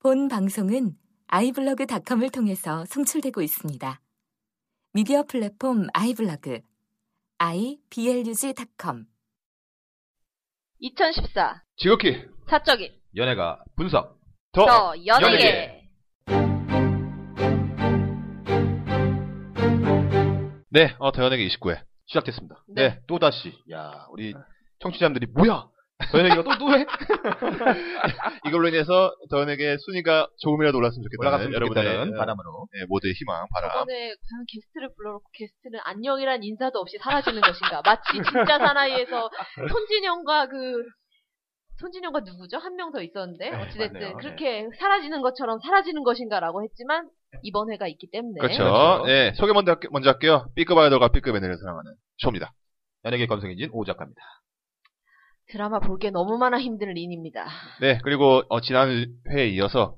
본 방송은 아이블로그닷컴을 통해서 송출되고 있습니다. 미디어 플랫폼 아이블로그 iblog.com 2014 지극히 사적인 연예가 분석 더, 더, 어, 연예계 네, 어, 더 연예계 29회 시작됐습니다. 네. 네, 또 다시 야 우리 네. 청취자분들이 뭐야 더 연예계가 또 또 해? 이걸로 인해서 더 연예계 순위가 조금이라도 올랐으면 좋겠다. 올라갔으면 여러분의 좋겠다는 어, 바람으로 네, 모두의 희망 바람. 이번에 과연 게스트를 불러놓고 게스트는 안녕이란 인사도 없이 사라지는 것인가 마치 진짜 사나이에서 손진영과 그 손진영과 누구죠? 한 명 더 있었는데 네, 어찌됐든 맞네요. 그렇게 사라지는 것처럼 사라지는 것인가라고 했지만 이번 회가 있기 때문에 그렇죠. 그렇죠. 네, 소개 먼저, 할게- 먼저 할게요. B급 아이돌과 B급 애들을 사랑하는 쇼입니다. 연예계 검색엔진 오 작가입니다. 드라마 볼 게 너무나 힘든 린입니다. 네, 그리고 어, 지난 회에 이어서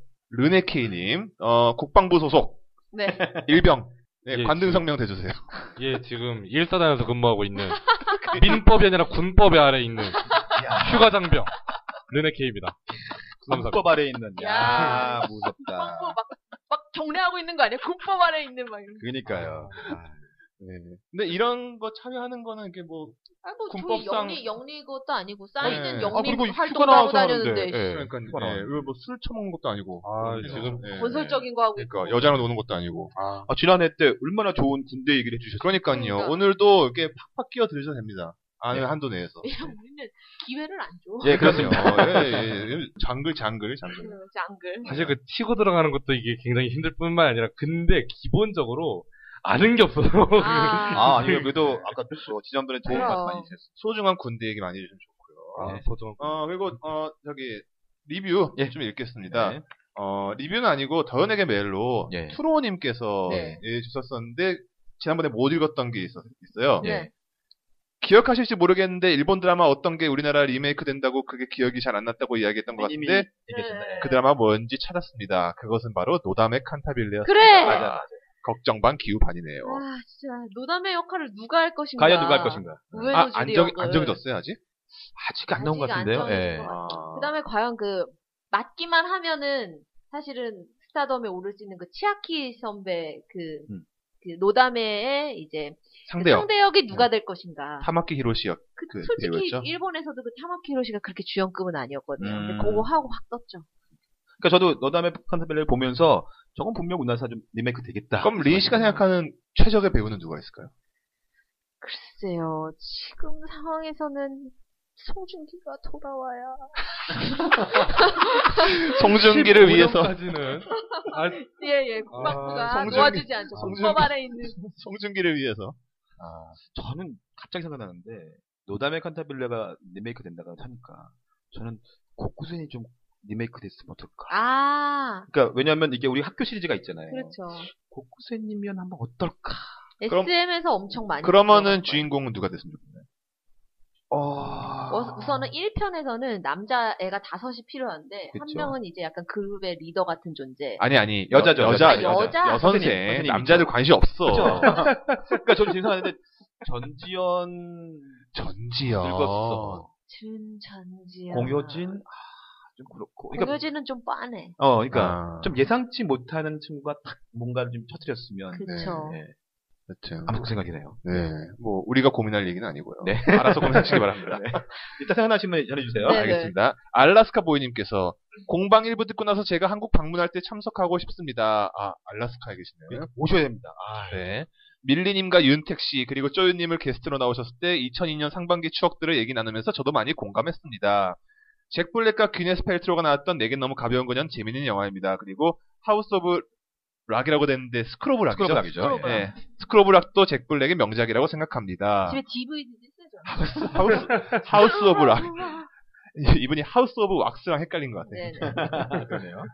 르네케이님 어, 국방부 소속 네. 일병 네, 예, 그 관등 성명 대주세요. 예, 지금 일사단에서 근무하고 있는 민법이 아니라 군법의 아래 있는 휴가 장병 르네케입니다. 국법 아래 있는 야. 야 무섭다. 막막 막 정리하고 있는 거 아니야? 군법 아래 있는 막 이런. 그러니까요. 네. 근데 이런 거 참여하는 거는 이게 뭐 아이고 저희 군법상- 영리 영리 것도 아니고 쌓이는 네. 영리 아, 그리고 활동 휴가 따로 나와서 다녔는데 하는데. 예. 그러니까 네, 뭐술 처먹는 것도 아니고. 아, 그래서, 지금 예. 건설적인 거 하고 그러니까 있고. 여자랑 노는 것도 아니고. 아, 아, 지난해 때 얼마나 좋은 군대 얘기를 해주셨어요. 그러니까요. 그러니까. 오늘도 이렇게 팍팍 끼어 들으셔도 됩니다. 아니 네. 한도 내에서. 왜냐면 우리는 기회를 안 줘. 예, 그렇습니다. 예, 예, 예. 장글 장글 장글. 그 장글. 사실 그 튀고 들어가는 것도 이게 굉장히 힘들 뿐만 아니라 근데 기본적으로 아는 게 없어서 아, 아, 아니요. 그래도 아까 또 지난번에 도움 그럼. 말씀 많이 주셨어요. 소중한 군대 얘기 많이 해주시면 좋고요. 네. 아, 소중한 어, 그리고 어, 저기 리뷰 예. 좀 읽겠습니다. 네. 어, 리뷰는 아니고 더연에게 메일로 예. 투로님께서 네. 예, 주셨었는데 지난번에 못 읽었던 게 있었, 어요 예. 네. 기억하실지 모르겠는데 일본 드라마 어떤 게 우리나라 리메이크 된다고 그게 기억이 잘 안 났다고 이야기했던 네, 것 님이 같은데 얘기했잖아요. 그 드라마 뭔지 찾았습니다. 그것은 바로 노담의 칸타빌레였습니다. 그래. 맞아, 맞아. 걱정 반 기우 반이네요. 아 진짜 노담의 역할을 누가 할 것인가. 과연 누가 할 것인가? 우에노 아, 줄리 안정 역을. 안정졌어요 아직? 아직 안 나온 것 그. 아직 안 같은데요. 나온 예. 것 아. 그다음에 과연 그 맞기만 하면은 사실은 스타덤에 오를 수 있는 그 치아키 선배 그, 음. 그 노담의 이제 그 상대역 상대역이 누가 될 것인가. 타마키 히로시역 그, 그 솔직히 배우였죠? 일본에서도 그 타마키 히로시가 그렇게 주연급은 아니었거든요. 음. 근데 그거 하고 확 떴죠. 그러니까 저도 너담의 칸타벨레를 보면서 저건 분명 우리나라에서 좀 리메이크 되겠다. 그럼 린 씨가 생각하는 최적의 배우는 누가 있을까요? 글쎄요. 지금 상황에서는 송중기가 돌아와야. 송중기를 위해서 15년까지는 아, 예예. 국방부가 아, 송중기. 놓아주지 않죠. 송중기. 국법 안에 있는. 송중기를 위해서 아, 저는 갑자기 생각나는데 노담의 칸타빌레가 아, 리메이크 된다고 하니까 저는 곡구센이 좀 리메이크 됐으면 어떨까. 아 그러니까 왜냐하면 이게 우리 학교 시리즈가 있잖아요. 그렇죠. 곡구센이면 한번 어떨까. 그럼- SM에서 엄청 많이. 들어간 그러면은 거예요. 주인공은 누가 됐으면 좋겠나요? 어... 어, 우선은 1편에서는 남자애가 다섯이 필요한데 한 그쵸. 명은 이제 약간 그룹의 리더 같은 존재. 아니 아니 여자죠, 여자 여자, 여자. 여선생 선생님, 선생님 남자들 있죠. 관심 없어 그렇죠. 그러니까 저는 지금 생각하는데 전지현 전지현 늙었어. 준전지야. 공효진 아, 좀 그렇고. 그러니까 공효진은 좀 뻔해. 어, 그러니까 아. 좀 예상치 못하는 친구가 탁 뭔가를 좀 터뜨렸으면. 그쵸. 예. 여튼 아무튼 그 생각이 네요 네뭐 우리가 고민할 얘기는 아니고요 네. 알아서 고민하시기 바랍니다 이따 생각나시면 전해주세요. 네, 네. 알겠습니다 알라스카 보이님께서 공방 1부 듣고 나서 제가 한국 방문할 때 참석하고 싶습니다 아 알라스카에 계시네요 오셔야 됩니다. 아, 예. 네. 밀리님과 윤택 씨 그리고 쪼유님을 게스트로 나오셨을 때 2002년 상반기 추억들을 얘기 나누면서 저도 많이 공감했습니다. 잭 블랙과 귀네스 펠트로가 나왔던 내겐 너무 가벼운 그년 재밌는 영화입니다. 그리고 하우스 오브 락이라고 됐는데 스크로브 락이죠. 스크로브 락이죠. 스크로브, 락. 네. 스크로브 락도 잭 블랙의 명작이라고 생각합니다. 집에 DVD도 쓰죠. 하우스, 하우스 오브 락 이분이 하우스 오브 왁스랑 헷갈린 것 같아요. 네네. 그러네요.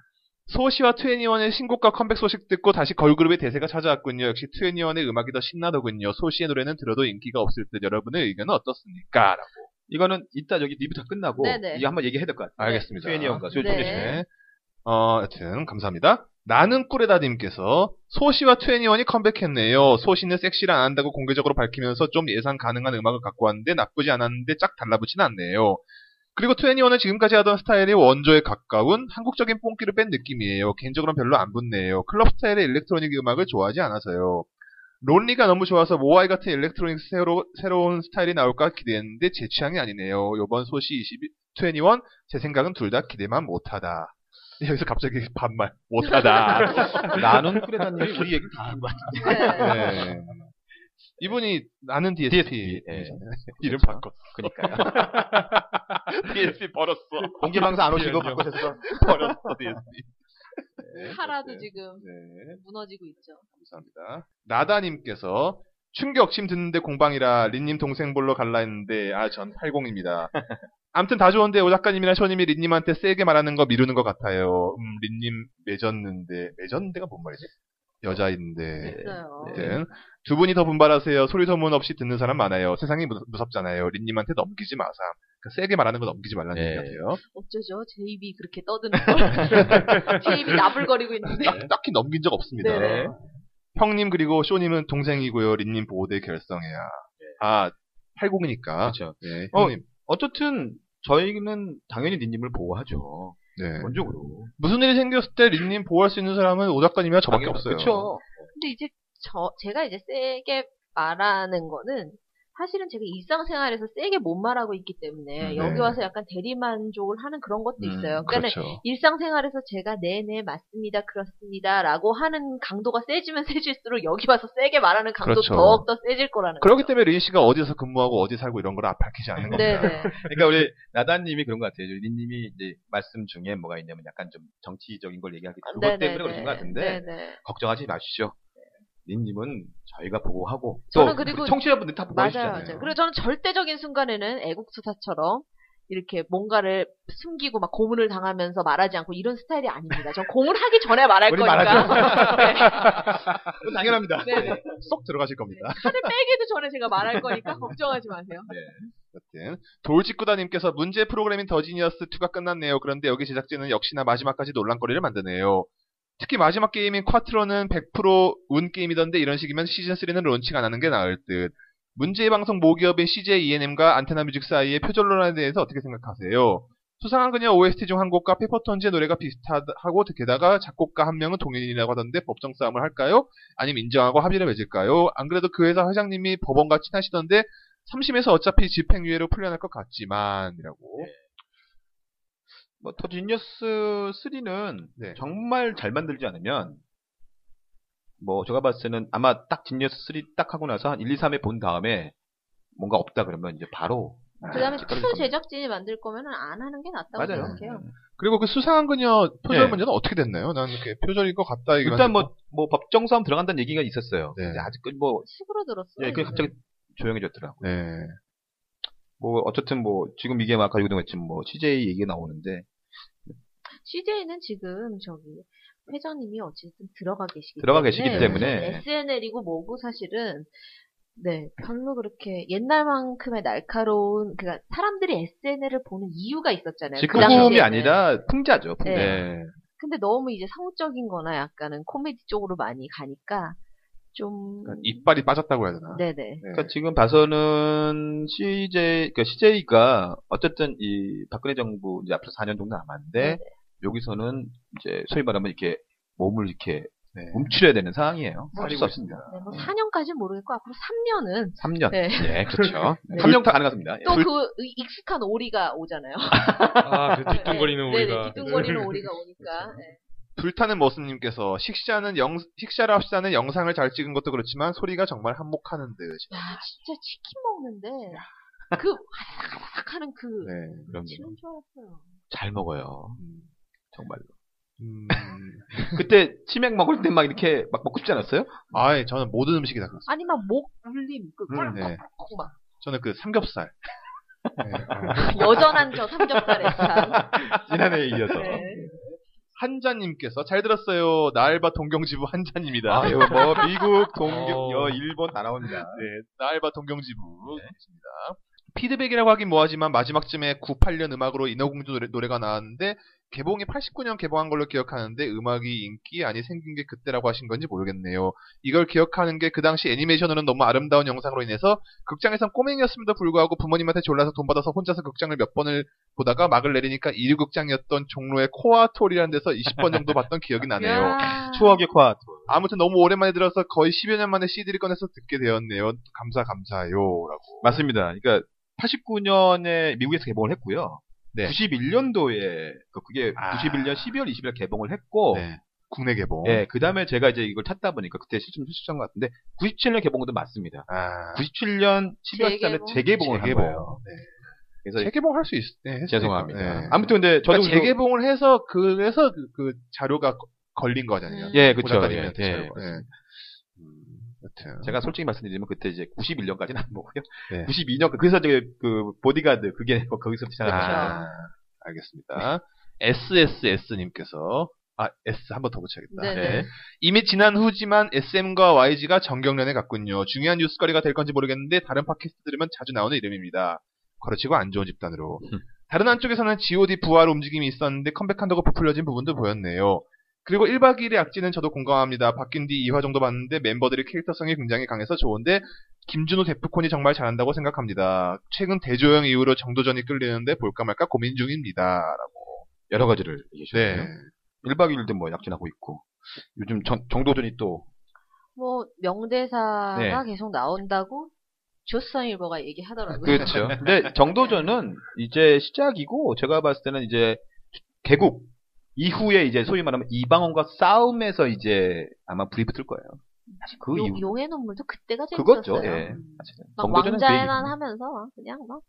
소시와 21의 신곡과 컴백 소식 듣고 다시 걸그룹의 대세가 찾아왔군요. 역시 21의 음악이 더 신나더군요. 소시의 노래는 들어도 인기가 없을 듯 여러분의 의견은 어떻습니까? 라고. 이거는 이따 여기 리뷰 다 끝나고 네, 네. 이거 한번 얘기해야 될 것 같아요. 알겠습니다. 트웬이 형과 조준 네. 씨. 네. 어, 여튼 감사합니다. 나는 꾸레다님께서 소시와 21이 컴백했네요. 소시는 섹시를 안 한다고 공개적으로 밝히면서 좀 예상 가능한 음악을 갖고 왔는데 나쁘지 않았는데 짝 달라붙진 않네요. 그리고 21은 지금까지 하던 스타일의 원조에 가까운 한국적인 뽕기를 뺀 느낌이에요. 개인적으로는 별로 안 붙네요. 클럽 스타일의 일렉트로닉 음악을 좋아하지 않아서요. 론리가 너무 좋아서 모아이 같은 일렉트로닉 새로, 새로운 스타일이 나올까 기대했는데 제 취향이 아니네요. 요번 소시 21, 21, 제 생각은 둘 다 기대만 못하다. 여기서 갑자기 반말, 못하다. 나는 쿠레다님이 우리 얘기를 다 한 거야. 네. 이분이 나는 DSP. 예. 네. 이름 그렇죠. 바꿨어. 그니까요. DSP 버렸어. 공개 방송 안 오시고 바꾸셨어. 버렸어, DSP. 카라도 지금 네. 무너지고 있죠. 감사합니다. 나다님께서 충격 침 듣는데 공방이라 린님 동생 볼러 갈라 했는데 아 전 80입니다. 암튼 다 좋은데 오 작가님이나 쇼님이 린님한테 세게 말하는 거 미루는 것 같아요. 음, 린님 맺었는데 맺었는데가 뭔 말이지? 여자인데. 됐어요. 아무튼 두 분이 더 분발하세요. 소리 소문 없이 듣는 사람 많아요. 세상이 무, 섭잖아요 린님한테 넘기지 마삼. 그러니까 세게 말하는 거 넘기지 말라는 네. 얘기예요. 어쩌죠? 제이비 그렇게 떠드는 거. 제이비 나불거리고 있는데. 네. 딱- 딱히 넘긴 적 없습니다. 네네. 형님 그리고 쇼님은 동생이고요. 린님 보호대 결성해야. 아, 80이니까. 네. 그렇죠. 네, 어. 형님. 어쨌든 저희는 당연히 니님을 보호하죠. 네. 뭐, 그렇죠. 원적으로. 무슨 일이 생겼을 때 린님 보호할 수 있는 사람은 오 작가님이나 저밖에 없어요. 그렇죠. 근데 이제 저 제가 이제 세게 말하는 거는 사실은 제가 일상생활에서 세게 못 말하고 있기 때문에 네. 여기 와서 약간 대리만족을 하는 그런 것도 음, 있어요. 그러니까 는 그렇죠. 일상생활에서 제가 네네 맞습니다 그렇습니다라고 하는 강도가 세지면 세질수록 여기 와서 세게 말하는 강도 그렇죠. 더욱 더 세질 거라는 그렇기 거죠. 때문에 린 씨가 어디서 근무하고 어디 살고 이런 걸 아, 밝히지 않는 겁니다. 네네. 그러니까 우리 나단님이 그런 것 같아요. 니님이 이제 말씀 중에 뭐가 있냐면 약간 좀 정치적인 걸 얘기하기 그것 때문에 그러신 것 같은데 아, 네, 네네. 걱정하지 마시죠. 니님은 저희가 네. 보호하고 저는 또 그리고- 청취자분들 다 보호해 맞아요, 주잖아요. 맞아요. 그리고 저는 절대적인 순간에는 애국투사처럼 이렇게 뭔가를 숨기고 막 고문을 당하면서 말하지 않고 이런 스타일이 아닙니다. 전 고문하기 전에 말할 우리 거니까. 아, 그건 당연합니다. 네, 네. 쏙 들어가실 겁니다. 칼을 빼기도 전에 제가 말할 거니까 걱정하지 마세요. 여튼 돌직구다님께서 문제 프로그램인 더지니어스 2가 끝났네요. 그런데 여기 제작진은 역시나 마지막까지 논란거리를 만드네요. 특히 마지막 게임인 쿼트로는 100%운 게임이던데 이런 식이면 시즌 3는 론칭 안 하는 게 나을 듯. 문제의 방송 모기업인 CJ ENM과 안테나 뮤직 사이의 표절 논란에 대해서 어떻게 생각하세요? 수상한 그녀 OST 중 한 곡과 페퍼톤즈의 노래가 비슷하고 게다가 작곡가 한 명은 동일인이라고 하던데 법정 싸움을 할까요? 아니면 인정하고 합의를 맺을까요? 안 그래도 그 회사 회장님이 법원과 친하시던데 3심에서 어차피 집행유예로 풀려날 것 예. 같지만이라고. 뭐, 더 지니어스 3는 네. 정말 잘 만들지 않으면, 뭐, 제가 봤을 때는 아마 딱 지니어스 3 딱 하고 나서 한 1, 2, 3회 본 다음에 뭔가 없다 그러면 이제 바로. 그다음에 아, 투 제작진이 만들 거면은 안 하는 게 낫다고 맞아요. 생각해요. 그리고 그 수상한 그녀 표절 네. 문제는 어떻게 됐나요? 난 이렇게 표절인 것 같다 그러니까 얘기만 일단 듣고. 뭐, 뭐, 법정싸움 들어간다는 얘기가 있었어요. 네. 근데 아직까지 뭐, 식으로 들었어요. 예, 그게 갑자기 조용해졌더라고요. 네. 뭐, 어쨌든 뭐, 지금 이게 막 아까 유동했지만 뭐, CJ 얘기가 나오는데, CJ는 지금 저기 회장님이 어쨌든 들어가 계시기 들어가 계시기 네, 때문에. SNL이고 뭐고 사실은 네 별로 그렇게 옛날만큼의 날카로운 그러니까 사람들이 SNL을 보는 이유가 있었잖아요. 그 직구음이 당시에는. 아니라 풍자죠, 풍자. 네. 근데 너무 이제 성적인거나 약간은 코미디 쪽으로 많이 가니까 좀 그러니까 이빨이 빠졌다고 해야 되나? 네네 네. 그러니까 지금 봐서는 CJ, 그러니까 CJ가 어쨌든 이 박근혜 정부 이제 앞으로 4년 정도 남았는데 네네. 여기서는 이제 소위 말하면 이렇게 몸을 이렇게 네. 움츠려야 되는 상황이에요. 뭐 할수 없습니다. 네, 뭐 4년까지는 모르겠고 앞으로 3년은 3년. 네. 예, 그렇죠. 네. 3년 다 가능하습니다. 예. 또 그 익숙한 오리가 오잖아요. 아, 그 뒤뚱거리는 네네 우리가. 뒤뚱거리는 오리가 오니까 네. 불타는 머스님께서 식샤는 영, 식샤라 합시다는 영상을 잘 찍은 것도 그렇지만 소리가 정말 한몫하는 듯. 야, 진짜 치킨 먹는데 그 화삭화삭 하는 그 네. 그럼요. 치는 줄 알았어요. 잘 먹어요. 정말로. 음. 그때 치맥 먹을 때 막 이렇게 막 먹고 싶지 않았어요? 아예 저는 모든 음식이 다 그렇습니다. 아니 막 목 울림 그 음, 네. 꿀꺽꿀꺽 막 저는 그 삼겹살. 네. 여전한 저 삼겹살의 스타. 지난해에 이어서. 네. 한자님께서 잘 들었어요. 나알바 동경지부 한자입니다. 아유, 뭐, 미국, 동경, 어. 일본 다 나옵니다. 네, 나알바 동경지부. 네. 피드백이라고 하긴 뭐하지만 마지막쯤에 98년 음악으로 인어공주 노래, 노래가 나왔는데 개봉이 89년 개봉한 걸로 기억하는데 음악이 인기 아니 생긴 게 그때라고 하신 건지 모르겠네요. 이걸 기억하는 게 그 당시 애니메이션으로는 너무 아름다운 영상으로 인해서 극장에선 꼬맹이였음에도 불구하고 부모님한테 졸라서 돈 받아서 혼자서 극장을 몇 번을 보다가 막을 내리니까 이류 극장이었던 종로의 코아톨이라는 데서 20번 정도 봤던 기억이 나네요. 이야. 추억의 콰 아무튼 너무 오랜만에 들어서 거의 10여 년 만에 CD를 꺼내서 듣게 되었네요. 감사 감사요라고. 맞습니다. 그러니까 89년에 미국에서 개봉을 했고요. 91년도에 그게 네. 아. 91년 12월 20일 개봉을 했고 네. 국내 개봉. 예, 그다음에 제가 이제 이걸 찾다 보니까 그때 실좀 실수한 것 같은데 97년 개봉도 맞습니다. 아, 97년 12월 13일에 재개봉? 재개봉을 한 재개봉. 거예요. 그래서 재개봉 할 수 있. 네, 했으니까. 죄송합니다. 네. 아무튼 근데 저도 그러니까 재개봉을 해서 그래서 그, 그 자료가 거- 걸린 거잖아요. 음. 예, 그렇죠. 고작가님한테 예. 자료가. 예. 여튼. 제가 솔직히 말씀드리면 그때 이제 91년까지는 안 보고요. 네. 92년 그래서 이제 그 보디가드 그게 거기서부터 시작합니다. 아, 뭐 아, 알겠습니다. SSS님께서 아 S 한 번 더 붙여야겠다. 네, 네. 이미 지난 후지만 SM과 YG가 정경련에 갔군요. 중요한 뉴스거리가 될 건지 모르겠는데 다른 팟캐스트 들으면 자주 나오는 이름입니다. 거러치고 안 좋은 집단으로. 다른 한쪽에서는 GOD 부활 움직임이 있었는데 컴백한다고 부풀려진 부분도 보였네요. 그리고 1박 2일의 악재는 저도 공감합니다. 바뀐 뒤 2화 정도 봤는데 멤버들의 캐릭터성이 굉장히 강해서 좋은데 김준호 데프콘이 정말 잘한다고 생각합니다. 최근 대조영 이후로 정도전이 끌리는데 볼까 말까 고민 중입니다. 라고. 여러 가지를 얘기해 네. 주셨네요. 1박 2일도 뭐 약진하고 있고 요즘 정, 정도전이 또 뭐 명대사가 네. 계속 나온다고 조선일보가 얘기하더라고요. 그렇죠. 근데 정도전은 이제 시작이고 제가 봤을 때는 이제 개국 이후에 이제 소위 말하면 이방원과 싸움에서 이제 아마 불이 붙을 거예요. 사실 그 용- 이후 용의 눈물도 그때가 제일 그거죠. 있었어요. 예. 음. 사실은. 막 정도전은 그 왕자애난 얘기고. 하면서 막 그냥 막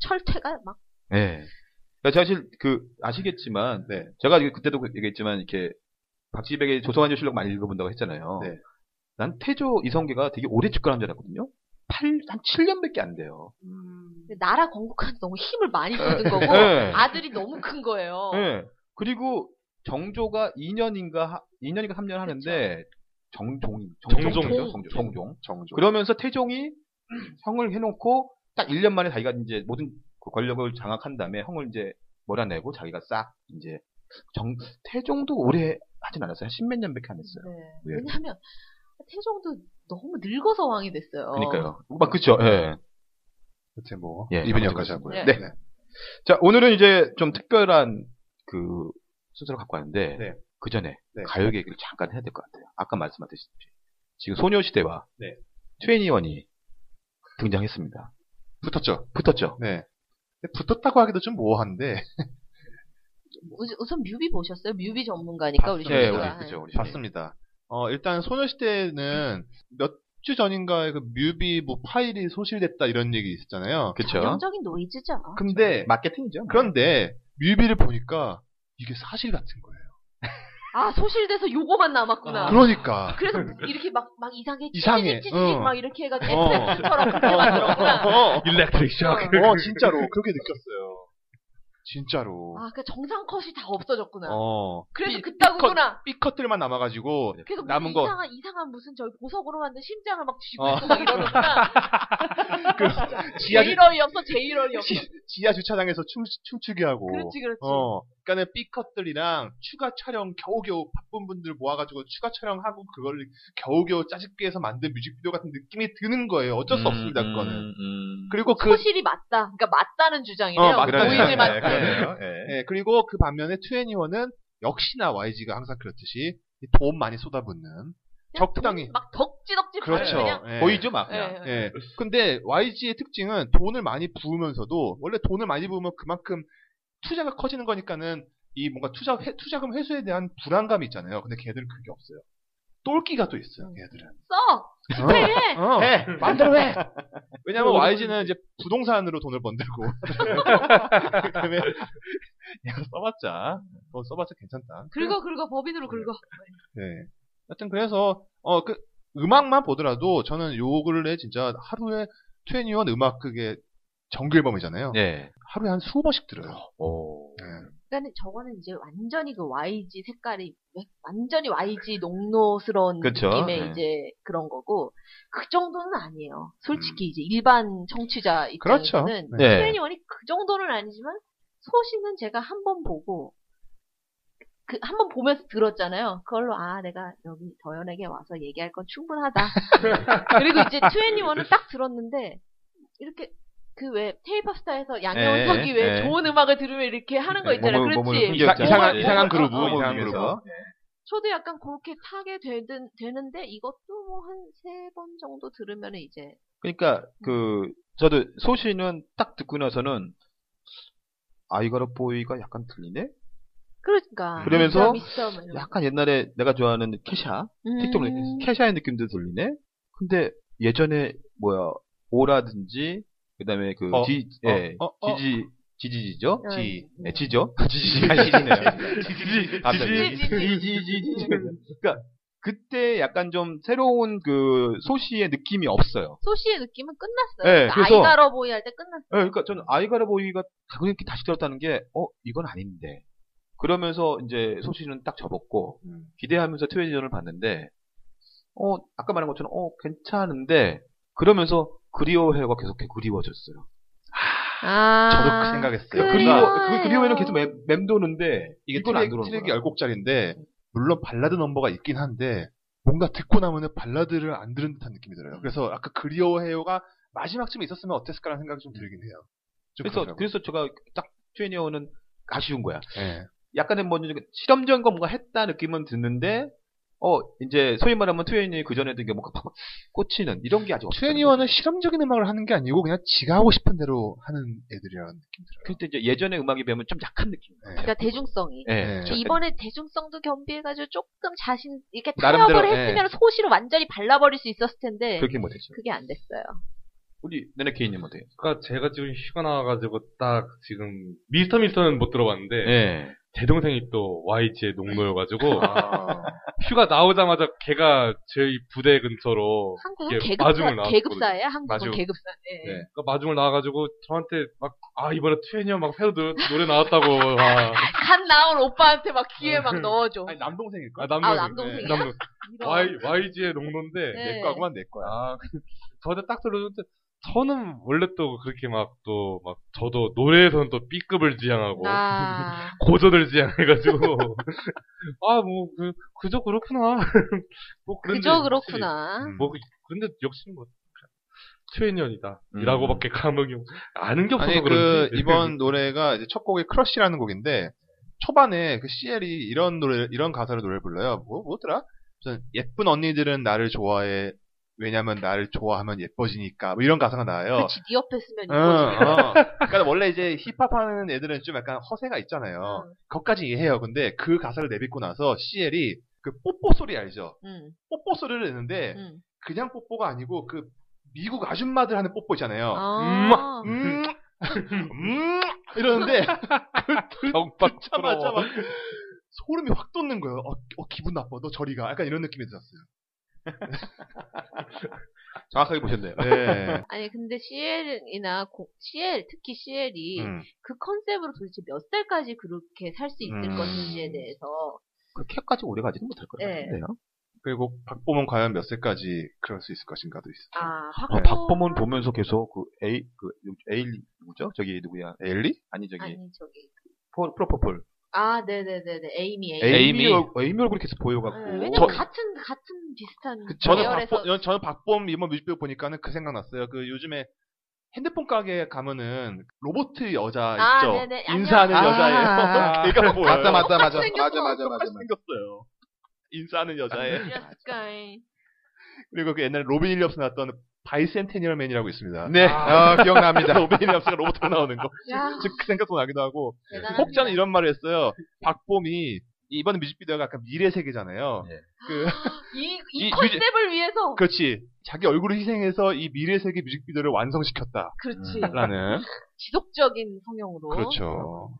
철퇴가 막 예. 그러니까 사실 그 아시겠지만 네. 제가 이게 그때도 얘기했지만 이렇게 박지백의 조성한 조실록 많이 읽어본다고 했잖아요. 네. 난 태조 이성계가 되게 오래 집권한 줄 알았거든요. 8, 한 7년밖에 안 돼요. 나라 건국한테 너무 힘을 많이 주는 거고 네. 네. 예. 아들이 너무 큰 거예요. 예. 그리고 정조가 2년인가 2년인가 3년 하는데 정종 정종. 정종 정종 정조. 그러면서 태종이 형을 해놓고 딱 1년 만에 자기가 이제 모든 그 권력을 장악한 다음에 형을 이제 몰아내고 자기가 싹 이제 정 태종도 오래 하진 않았어요 한 십몇 년밖에 안 했어요 네. 예. 왜냐하면 태종도 너무 늙어서 왕이 됐어요. 그러니까요 막 그쵸 예. 여튼 뭐 예, 이번 여기까지 하고요. 네. 자 오늘은 이제 좀 특별한 그 순서를 갖고 왔는데 네. 그 전에 네. 가요 얘기를 잠깐 해야 될 것 같아요 아까 말씀하셨듯이 지금 소녀시대와 네. 트웬티원이 등장했습니다 붙었죠. 붙었죠 네. 근데 붙었다고 하기도 좀 모호한데 우선, 우선 뮤비 보셨어요? 뮤비 전문가니까 우리 봤어요. 정도가. 네, 우리 그죠 우리 봤습니다. 어 일단 소녀시대는 몇 주 전인가에 그 뮤비 뭐 파일이 소실됐다 이런 얘기 있었잖아요. 그쵸 전형적인 노이즈죠. 그렇죠. 그렇죠. 근데 마케팅이죠. 그런데 뮤비를 보니까 이게 사실 같은 거예요. 아 소실돼서 요거만 남았구나. 그러니까 그래서 이렇게 막, 막 이상해. 이상해. 찌릿찌릿 어. 막 이렇게 해가지고 어. 에프렉스처럼 그렇게 만들었구나. 어, 일렉트릭 쇼크. 어, 진짜로 그렇게 느꼈어요. 진짜로. 아, 그 정상 컷이 다 없어졌구나. 어. 그래서 삐- 그따구구나. 삐컷들만 남아가지고 계속 남은 남은 거. 이상한 이상한 무슨 저기 보석으로 만든 심장을 막 쥐고 어. 그 있고 막 이러니까 지하, 주, 제일 어이없어, 제일 어이없어. 지하 주차장에서 춤, 춤추게 하고. 그렇지, 그렇지. 어, 그러니까는 B컷들이랑 추가 촬영 겨우겨우 바쁜 분들 모아가지고 추가 촬영하고 그걸 겨우겨우 짜집기 해서 만든 뮤직비디오 같은 느낌이 드는 거예요. 어쩔 음, 수 없습니다, 그거는. 그리고 그, 소실이 맞다. 그러니까 맞다는 주장이래요. 어, 맞다는 노이즈 주장이에요. 맞다. 그러네요. 예. 예, 그리고 그 반면에 2NE1은 역시나 YG가 항상 그렇듯이 이돈 많이 쏟아붓는 적당히. 막 덕지덕지 그렇죠. 바르고 그냥. 예. 보이죠, 막. 예, 그냥. 예. 예. 근데 YG의 특징은 돈을 많이 부으면서도 원래 돈을 많이 부으면 그만큼 투자가 커지는 거니까는 이 뭔가 투자 회- 투자금 회수에 대한 불안감이 있잖아요. 근데 걔들은 그게 없어요. 똘끼가 또 있어요. 걔들은. 써! 스프레이해! 어. 해! 마음대로 해. 왜냐하면 YG는 이제 부동산으로 돈을 번들고 그다음에 야 써봤자 돈 써봤자 괜찮다. 긁어, 긁어, 법인으로 긁어. 네. 하여튼 그래서 어 그 음악만 보더라도 저는 요 근래 진짜 하루에 21 음악 그게 정규 앨범이잖아요. 예. 하루에 한 수십 번씩 들어요. 오. 네. 그러니까 저거는 이제 완전히 그 YG 색깔이 완전히 YG 농노스러운 그쵸, 느낌의 예. 네. 이제 그런 거고 그 정도는 아니에요. 솔직히 이제 일반 청취자 음. 그렇죠. 입장에서는 네. 네. 트웬티원이 그 정도는 아니지만 소식은 제가 한 번 보고 그 한 번 보면서 들었잖아요. 그걸로 아 내가 여기 더연에게 와서 얘기할 건 충분하다. 그리고 이제 트웬티원은 딱 들었는데 이렇게 그 왜 테이팝스타에서 양념을 예, 하기 위해 예. 좋은 음악을 들으면 이렇게 하는 거 있잖아요. 몸을- 몸을 그렇지. 뭐 흔들었죠. 이상한- 이상한 그룹, 몸을 이상한 위해서. 어, 저도 약간 그렇게 타게 되든, 되는데 이것도 뭐 한 세 번 정도 들으면 이제 음. 그러니까 그 저도 소신은 딱 듣고 나서는 아이가로 보이가 약간 들리네? 그러니까 미스터 그러면서 미스터 뭐 이런 거. 약간 옛날에 내가 좋아하는 캐샤 틱톡 음. 캐샤의 느낌도 들리네? 근데 예전에 뭐야 오라든지 그다음에 그 어, 지, 어, 예, 어, 어. 지지 지지지죠? 어, 지, 음. 네, 지죠? 지지지가 지지네요. 지지지, 갑자기. 지지, 지지. 지지지지. 그러니까 그때 약간 좀 새로운 그 소시의 느낌이 없어요. 소시의 느낌은 끝났어요. 네, 그러니까 그래서- 아이가러 보이 할 때 끝났어요. 예, 그러니까 저는 아이가라 보이가 당연히 이렇게 다시 들었다는 게, 어, 이건 아닌데. 그러면서 이제 소시는 딱 접었고, 기대하면서 트웨디전을 봤는데, 어, 아까 말한 것처럼, 어, 괜찮은데, 그러면서 그리워해가 계속 그리워졌어요. 아. 저도 그 생각했어요. 그래요. 그리고 그리워, 그, 그리워해는 계속 맴, 맴도는데, 이게 이건 안 트랙, 들어오는 트랙이 거야. 10곡짜리인데 물론 발라드 넘버가 있긴 한데 뭔가 듣고 나면은 발라드를 안 들은 듯한 느낌이 들어요. 그래서 아까 그리워해요가 마지막쯤에 있었으면 어땠을까라는 생각이 좀 들긴 해요. 좀 그래서, 그러더라고요. 그래서 제가 딱 트웨디어는 아쉬운 거야. 예. 약간의 뭐, 이제 실험적인 거 뭔가 했다 느낌은 드는데, 어, 이제, 소위 말하면 트웨인이 그전에도 이게 뭔가 팍팍 꽂히는, 이런 게 아직 없어요. 트웬티원은 실험적인 음악을 하는 게 아니고 그냥 지가 하고 싶은 대로 하는 애들이라는 느낌 들어요. 예. 그때 이제 예전의 음악에 비하면 좀 약한 느낌. 그러니까 대중성이. 예. 네. 저- 이번에 대중성도 겸비해가지고 조금 자신, 이렇게 나름대로, 타협을 네. 했으면 소시를 완전히 발라버릴 수 있었을 텐데, 그렇게 못했죠. 그게 안 됐어요. 우리 네네케이님 어때요? 그러니까 제가 지금 휴가 나와가지고 딱 지금 미스터 미스터는 못 들어봤는데 네. 예. 제 동생이 또 YG의 농노여가지고 아. 휴가 나오자마자 걔가 저희 부대 근처로 한국은 이게 마중을 계급사, 나왔거든요. 계급사예요. 한국은 마중. 계급사. 예. 네. 그러니까 마중을 나와가지고 저한테 막 아 이번에 트웨니어 막 새로 노, 노래 나왔다고 아, 막 아, 갓 나온 오빠한테 막 귀에 막 넣어줘. 남동생일 네. 거야. 아, 남동, 아, 남동생이야? 남동, 이런. Y, YG의 농노인데 네. 내 거하고만 내 거야. 아, 그- 저한테 딱 들어줬는데 저는 원래 또 그렇게 막 또 막 저도 노래에서는 또 B급을 지향하고 아. 고전을 지향해가지고 아 뭐 그 그저 그렇구나 뭐 그런데 그저 역시- 그렇구나. 음. 뭐 그- 근데 역시 뭐 트웬년이다 음. 이라고밖에 감흥이 없- 아는 게 없어서 아니 그 그런지 이번 노래가 이제 첫 곡이 크러쉬라는 곡인데 초반에 그 CL이 이런 노래 이런 가사로 노래 를 불러요. 뭐 뭐더라? 무슨 예쁜 언니들은 나를 좋아해. 왜냐면 나를 좋아하면 예뻐지니까 뭐 이런 가사가 나와요. 그치, 네 옆에 쓰면 응, 이거지. 어. 그러니까 원래 이제 힙합하는 애들은 좀 약간 허세가 있잖아요. 응, 그것까지 이해해요. 근데 그 가사를 내뱉고 나서 CL이 그 뽀뽀 소리 알죠? 응, 뽀뽀 소리를 내는데 응. 그냥 뽀뽀가 아니고 그 미국 아줌마들 하는 뽀뽀 있잖아요. 어. 아. 음, 음, 이러는데 아, 정박 듣자마자 막 소름이 확 돋는 거예요. 어, 어, 기분 나빠. 너 저리가. 약간 이런 느낌이 들었어요. 정확하게 보셨네요. 네. 아니 근데 CL이나 CL 특히 CL이 음. 그 컨셉으로 도대체 몇 살까지 그렇게 살 수 있을 음. 것인지에 대해서 그렇게까지 오래 가지는 못할 것 네. 같은데요. 그리고 박보은 과연 몇 세까지 그럴 수 있을 것인가도 있어요. 아 어, 확보 박범은 보면서 계속 그 에이 그 에일리 누구죠? 저기 누구야? 엘리? 아니 저기 아니 저기 포- 프로포폴 아 네네네네 에이미 에이미 에이미. 얼- 에이미 얼굴이 계속 보여갖고 네, 왜냐면 저- 같은 같은 비슷한 그 저는 네. 계열에서 박보, 저는 박보은 이번 뮤직비디오 보니까는 그 생각났어요. 그 요즘에 핸드폰 가게 가면은 로봇 여자 아, 있죠? 네네. 안녕. 인사하는 아, 여자예요. 걔가 보여요. 맞다 맞다 맞아 똑같이 맞아 생겼어. 맞아 맞아 똑같이 생겼어요. 인사하는 아, 여자예요. 약간 그리고 그 옛날에 로빈 윌리엄스 나왔던 바이센테니얼 맨이라고 있습니다. 아, 네 어, 기억납니다. 로빈 윌리엄스가 로봇으로 나오는 거. 야 즉, 그 생각도 나기도 하고. 대단합니다. 혹자는 이런 말을 했어요. 박봄이, 이번 뮤직비디오가 약간 미래 세계잖아요. 네. 그, 이, 이 이, 뮤직- 컨셉을 위해서 그렇지. 자기 얼굴을 희생해서 이 미래 세계 뮤직비디오를 완성시켰다. 그렇지 라는. 지속적인 성형으로 음. 어? 그렇죠.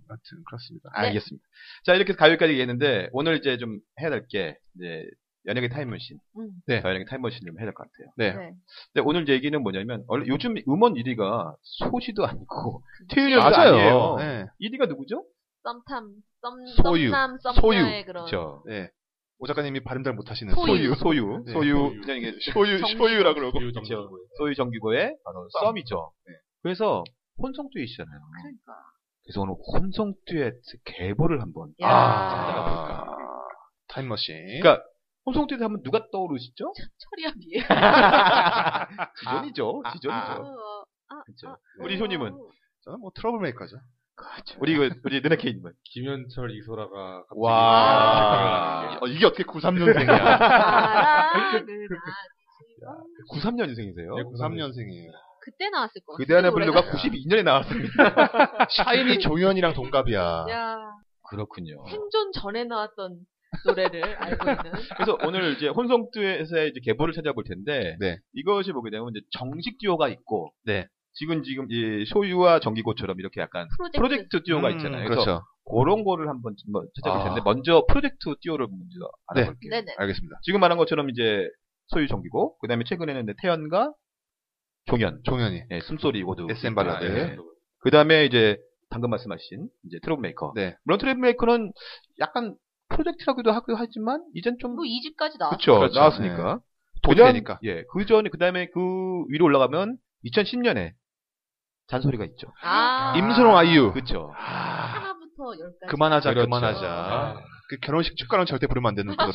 하여튼, 네. 그렇습니다. 알겠습니다. 자 이렇게 해서 가요까지 얘기했는데 오늘 이제 좀 해야 될 게 이제 연예계 타임머신 음, 네. 연예계 타임머신 좀 해야 될 것 같아요. 네. 네. 근데 오늘 제 얘기는 뭐냐면 원래 요즘 음원 1위가 소시도 아니고 그 태윤이 뒤에 맞아요. 네. 1위가 누구죠? 썸탐, 썸, 소유, 썸남, 소유, 썸녀의 그런. 그렇죠. 네. 오 작가님이 발음 잘 못하시는 소유. 소유, 소유, 네. 소유, 소유. 그냥 이게 소유, 정리. 소유라 그러고. 소유 정도. 소위 정기고의 바로 썸. 썸이죠. 네. 그래서 혼성듀엣이잖아요. 그러니까. 그래서 오늘 혼성듀엣 계보를 한번. 야. 찾아가 볼까. 타임머신. 그러니까 혼성듀엣 하면 누가 떠오르시죠? 철이야비에. 지존이죠. 아, 지존이죠. 어, 아, 그렇죠. 아, 우리 어. 효님은? 저는 뭐 트러블메이커죠. 우리 그 우리 느네케인님은 김현철, 이소라가 갑자기 아, 와. 어, 이게 어떻게 93년생이야? 사랑은 아니지만. 93년생이세요. 네, 93년생이에요. 그때 나왔을 것 같아. 그대 안의 그 블루가 노래가. 92년에 나왔습니다. 샤이니 종현이랑 동갑이야. 야, 그렇군요. 생존 전에 나왔던 노래를 알고 있는. 그래서 오늘 이제 혼성듀엣의 이제 계보를 찾아볼 텐데 네. 이것이 보게 되면 이제 정식 듀오가 있고 네. 지금 지금 이 쇼유와 정기고처럼 이렇게 약간 프로젝트. 프로젝트 듀오가 음, 있잖아요. 그래서 그렇죠. 그런 거를 한번 좀 뭐 찾아볼 아. 텐데 먼저 프로젝트 듀오를 먼저 네. 알아볼게요. 네네. 알겠습니다. 지금 말한 것처럼 이제 소유 정기고 그다음에 최근에는 이제 태연과 종현 종현이. 네, 숨소리 모두 SM 발라드. 아, 예. 그다음에 이제 방금 말씀하신 이제 트러블메이커. 네. 물론 트러블메이커는 약간 프로젝트라고도 하기도 하지만 이젠 좀 뭐 2집까지 나왔어. 음. 그렇죠. 그렇죠. 나왔으니까. 도전이니까. 예. 그 전에 그다음에 그 위로 올라가면 2010년에 잔소리가 있죠. 아. 임선홍 아이유. 그렇죠. 하나부터 열까지. 그만하자, 그렇죠. 그만하자 아. 그 결혼식 축가랑 절대 부르면 안 되는 노래.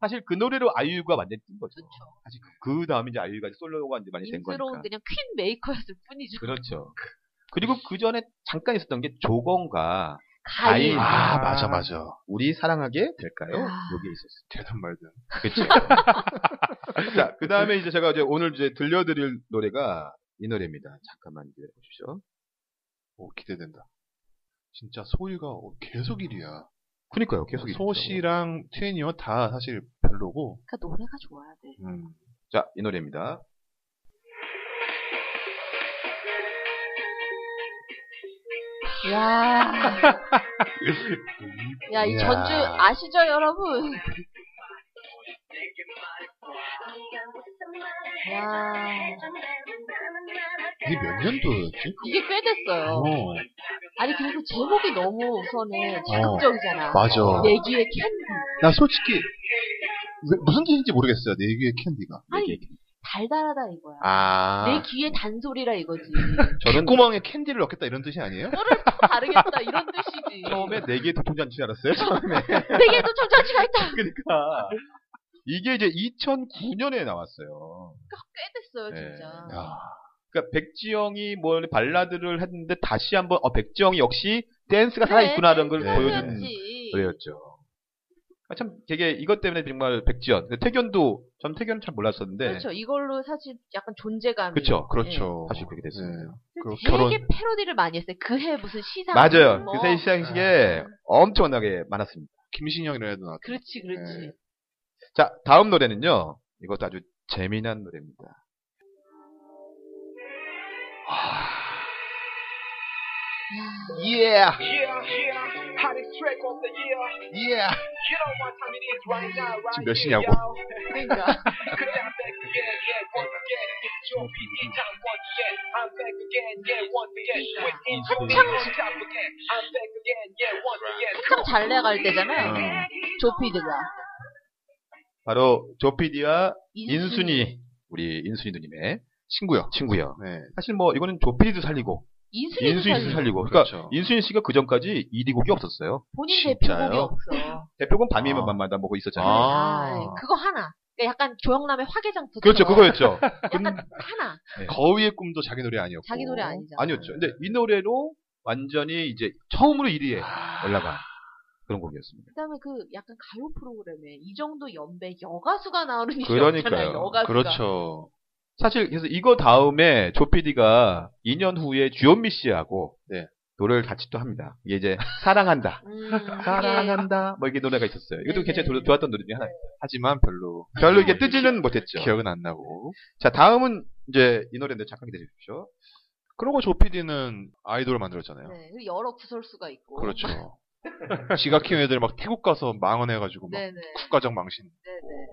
사실 그 노래로 아이유가 완전히 뜬 거죠. 그렇죠. 사실 그 다음에 이제 아이유가 이제 솔로가 이제 많이 된 거니까. 인스러운 그냥 퀸 메이커였을 뿐이죠. 그렇죠. 그리고 그 전에 잠깐 있었던 게 조건과 가인. 가인. 아, 맞아, 맞아. 우리 사랑하게 될까요? 아. 여기 있었어요. 대단 말든. 그렇죠. 자, 그 다음에 이제 제가 이제 오늘 이제 들려드릴 노래가 이 노래입니다. 잠깐만 기다려 보십시오. 오, 기대된다. 진짜 소유가 어, 계속 1위야. 그니까요, 계속 있죠. 소시랑 트웨니어 다 사실 별로고. 그러니까 노래가 좋아야 돼. 음. 자, 이 노래입니다. 야. 야, 이 이야. 전주 아시죠, 여러분? 야. 이게 몇 년도였지? 이게 꽤 됐어요. 어, 아니, 그리고 제목이 너무 우선은 자극적이잖아. 맞아. 내기의 캔디. 어. 나 솔직히 왜- 무슨 뜻인지 모르겠어요. 내 귀에 캔디가. 아니, 달달하다 이거야. 내 아. 귀에 단소리라 이거지. 저는 귓구멍에 캔디를 넣겠다 이런 뜻이 아니에요? 다르겠다, 이런 뜻이지. 처음에 네 개의 도통잔치 줄 알았어요. 처음에. 내게도 청자치가 있다. 그러니까. 이게 이제 2009년에 나왔어요. 꽤 됐어요, 네. 진짜. 야. 그러니까 백지영이 뭐 발라드를 했는데 다시 한번 어 백지영이 역시 댄스가 그래, 살아있구나라는 걸 그래야지. 보여준 네. 노래였죠. 아, 참 되게 이것 때문에 정말 백지연, 근데 태견도 전 태견 잘 몰랐었는데 그렇죠. 네. 이걸로 사실 약간 존재감이. 그쵸. 그렇죠. 다시 어, 그렇게 됐습니다. 그리고 되게 결혼 패러디를 많이 했어요. 그해 무슨 시상. 맞아요. 뭐. 그새 시상식에 네. 엄청나게 많았습니다. 김신영이라 해도 나. 그렇지, 그렇지. 네. 자 다음 노래는요. 이것도 아주 재미난 노래입니다. 예, 예. 지금 몇 시냐고. 그러니까. Mm-hmm. Mm-hmm. Mm-hmm. 한참 잘 나갈 때잖아요. 음. Mm-hmm. 조피드가. 바로 조피디와 인순이. 인순이 우리 인순이 누님의 친구요. 친구요. 네. 사실 뭐 이거는 조피디도 살리고 인순이. 인순이 씨도 살리고. 그러니까 그렇죠. 인순이 씨가 그 전까지 1위 곡이 없었어요. 본인 진짜요? 대표곡이 없어. 대표곡 밤이면 아. 밤마다 뭐고 있었잖아요. 음, 아. 아, 그거 하나. 그러니까 약간 조영남의 화개장터. 그렇죠, 그거였죠. 약간 하나. 거위의 꿈도 자기 노래 아니었고. 네. 자기 노래 아니잖아. 아니었죠. 근데 이 노래로 완전히 이제 처음으로 1위에 아. 올라간 그런 곡이었습니다. 그다음에 그 약간 가요 프로그램에 이 정도 연배 여가수가 나오는 일이 그러니까요. 없잖아요. 여가수가. 그렇죠. 사실 그래서 이거 다음에 조피디가 2년 후에 주현미 씨하고 네. 노래를 같이 또 합니다. 이게 이제 사랑한다. 음, 이게 사랑한다. 뭐 이게 노래가 있었어요. 이것도 네네. 네. 굉장히 좋- 좋았던 노래 중에 하나입니다. 하지만 별로 별로 이게 뜨지는 못했죠. 기억은 안 나고. 자, 다음은 이제 이 노래인데 잠깐 기다려 주십시오. 그러고 조피디는 아이돌 만들었잖아요. 네, 그리고 여러 구설수가 있고. 그렇죠. 지가 키운 애들 막 태국 가서 망언해가지고 막 네네. 국가적 망신. 네네.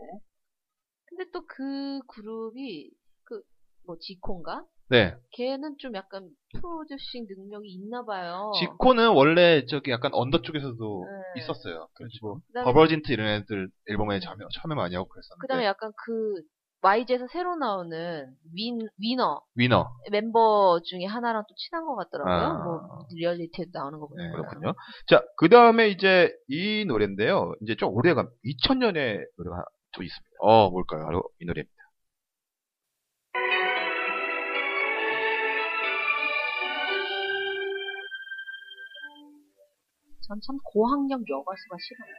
근데 또 그 그룹이 그 뭐 지콘가 네. 걔는 좀 약간 프로듀싱 능력이 있나 봐요. 지코는 원래 저기 약간 언더 쪽에서도 어. 네. 있었어요. 그렇죠. 그리고 그다음에- 버벌진트 이런 애들 앨범에 참여, 참여 많이 하고 그랬었는데. 그다음에 약간 그 YG에서 새로 나오는 윈 위너 위너. 멤버 중에 하나랑 또 친한 것 같더라고요. 아. 뭐 리얼리티에도 나오는 거 보니까. 네. 그렇군요. 자, 그 다음에 이제 이 노래인데요. 이제 좀 오래가 2000년의 노래가 또 있습니다. 어, 뭘까요? 아, 바로 이 노래입니다. 전 참 고학력 여가수가 싫어요.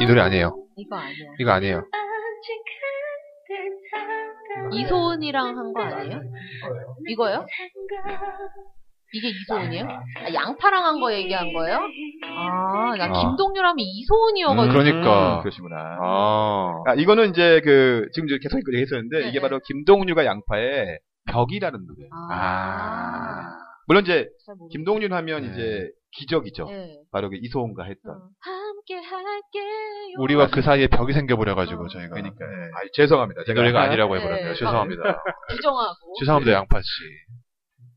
이 노래 아니에요. 이거 아니야. 이거 아니에요. 이소은이랑 한 거 아니에요? 이거요? 이게 이소은이에요? 아, 양파랑 한 거 얘기한 거예요? 아, 나 아. 김동률하면 음, 이소은이어가지고. 그러니- 그러니까. 그러시구나. 아. 아, 이거는 이제 그, 지금 이제 계속 얘기했었는데, 네, 이게 네. 바로 김동률과 양파의 벽이라는 노래. 아, 물론 이제, 잘 모르겠네. 김동률 하면 네. 이제 기적이죠. 네. 바로 그 이소은과 어. 했던. 함께 할게요. 우리와 그 사이에 벽이 생겨버려가지고 어. 저희가. 그러니까. 네. 아, 죄송합니다. 이 노래가 아까- 아니라고 네. 해버렸네요. 네. 죄송합니다. 부정하고. 죄송합니다, 양파씨.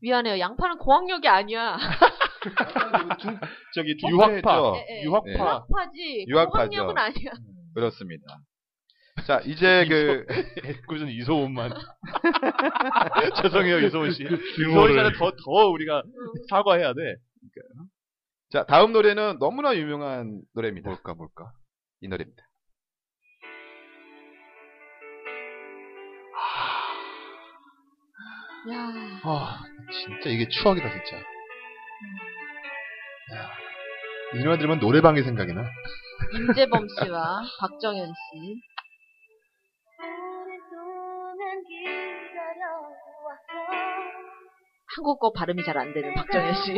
미안해요. 양파는 고학력이 아니야. 중- 저기 중- 유학파. 예, 예. 유학파. 네. 유학파지. 어, 유학파죠. 고학력은 아니야. 그렇습니다. 자, 이제 그, 꾸준 이소은만. 죄송해요, 이소은씨. 그 이소은씨는 더, 더 우리가 사과해야 돼. 자, 다음 노래는 너무나 유명한 노래입니다. 뭘까, 뭘까. 이 노래입니다. 야, 아, 진짜 이게 추억이다, 진짜. 야, 이 노래 들으면 노래방이 생각이 나. 임재범 씨와 박정현 씨. 한국어 발음이 잘 안 되는 박정현 씨.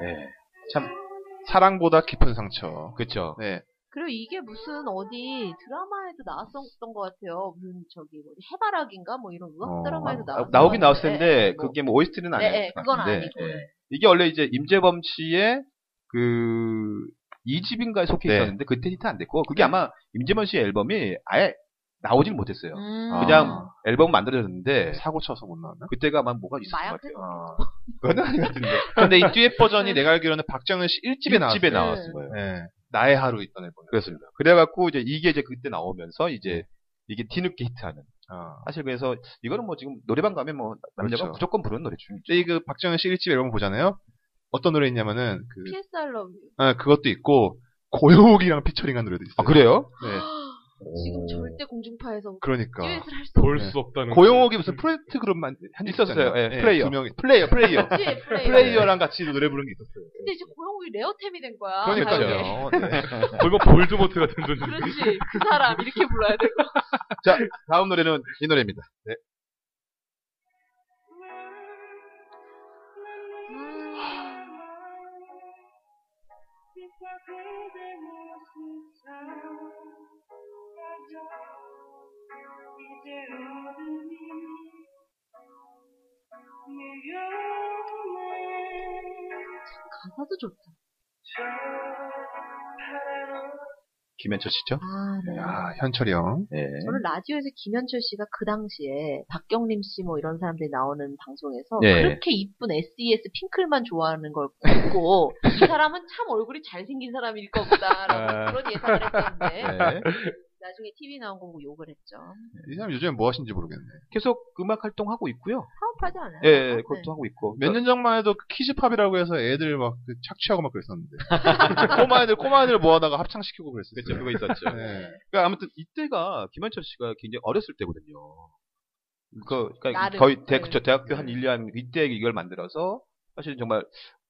네. 참, 사랑보다 깊은 상처. 그쵸. 네. 그리고 이게 무슨 어디 드라마에도 나왔었던 것 같아요. 무슨 저기 뭐지 해바라기인가 뭐 이런 음악 어, 드라마에도 아, 나왔. 나오긴 나왔을 텐데, 그게 뭐 OST는 네, 아니에요. 네, 그건 아니고. 이게 원래 이제 임재범 씨의 그, 2집인가에 속해 네. 있었는데, 그때 히트 안 됐고, 네. 그게 아마 임재범 씨의 앨범이 아예 나오질 못했어요. 음. 아. 그냥 앨범 만들어졌는데, 사고 쳐서 못 나왔나? 그때가 아마 뭐가 있었던 마약 것 같아요. 아. 그건 아닌 것 같은데. 근데 이 듀엣 버전이 내가 알기로는 박정현 씨 1집에 나왔어요. 집에 나왔을 거예요. 네. 나의 하루 있던 네. 앨범. 그렇습니다. 그래갖고 이제 이게 이제 그때 나오면서 이제 이게 뒤늦게 히트하는. 아. 사실 그래서 이거는 뭐 지금 노래방 가면 뭐 남자가 그렇죠. 무조건 부르는 노래 중이죠. 근데 이그 박정현 씨 1집 앨범 보잖아요. 어떤 노래 있냐면은 그 P.S. I Love You. 아, 그것도 있고 고요욱이랑 피처링한 노래도 있어요. 그래요? 네. 지금 절대 공중파에서 그러니까 예. 듀엣을 할수 볼 네. 수 없다는. 그 고요욱이 무슨 프로젝트 그룹만 한 있었어요. 예, 플레이어. 음. 네, 플레이어. 예, 아, 명 플레이어 플레이어. 없지. 플레이. 플레이어랑 같이 노래 부른 게 있었어요. 근데 이제 고용이 레어템이 된 거야. 나중에. 그러니까요. 네. 거의 뭐 볼드모트 같은 존재. 그렇지. 그 사람 이렇게 불러야 되고. 다음 노래는 이 노래입니다. 네. 가사도 좋다. 김현철 씨죠? 아, 네. 아, 현철이 형. 예. 저는 라디오에서 김현철 씨가 그 당시에 박경림 씨 뭐 이런 사람들이 나오는 방송에서 예. 그렇게 이쁜 SES 핑클만 좋아하는 걸 보고 이 사람은 참 얼굴이 잘생긴 사람일 아. 거구나라고 그런 예상을 했었는데 네. 나중에 TV 나온 거 보고 욕을 했죠. 아, 이 사람 요즘에 뭐 하시는지 모르겠네. 계속 음악 활동하고 있고요. 파업하지 않아요? 예, 예, 네. 그것도 하고 있고. 몇 년 전만 해도 그 키즈팝이라고 해서 애들 막그 착취하고 막 그랬었는데. 꼬마 애들, 꼬마 애들 모아다가 합창시키고 그랬어요. 그렇죠. 그거 있었죠. 네. 그러니까 아무튼 이때가 김현철 씨가 굉장히 어렸을 때거든요. 그, 그러니까 나름, 거의 대, 네. 그쵸, 대학교 네. 한 1, 2년 이때 이걸 만들어서 사실 정말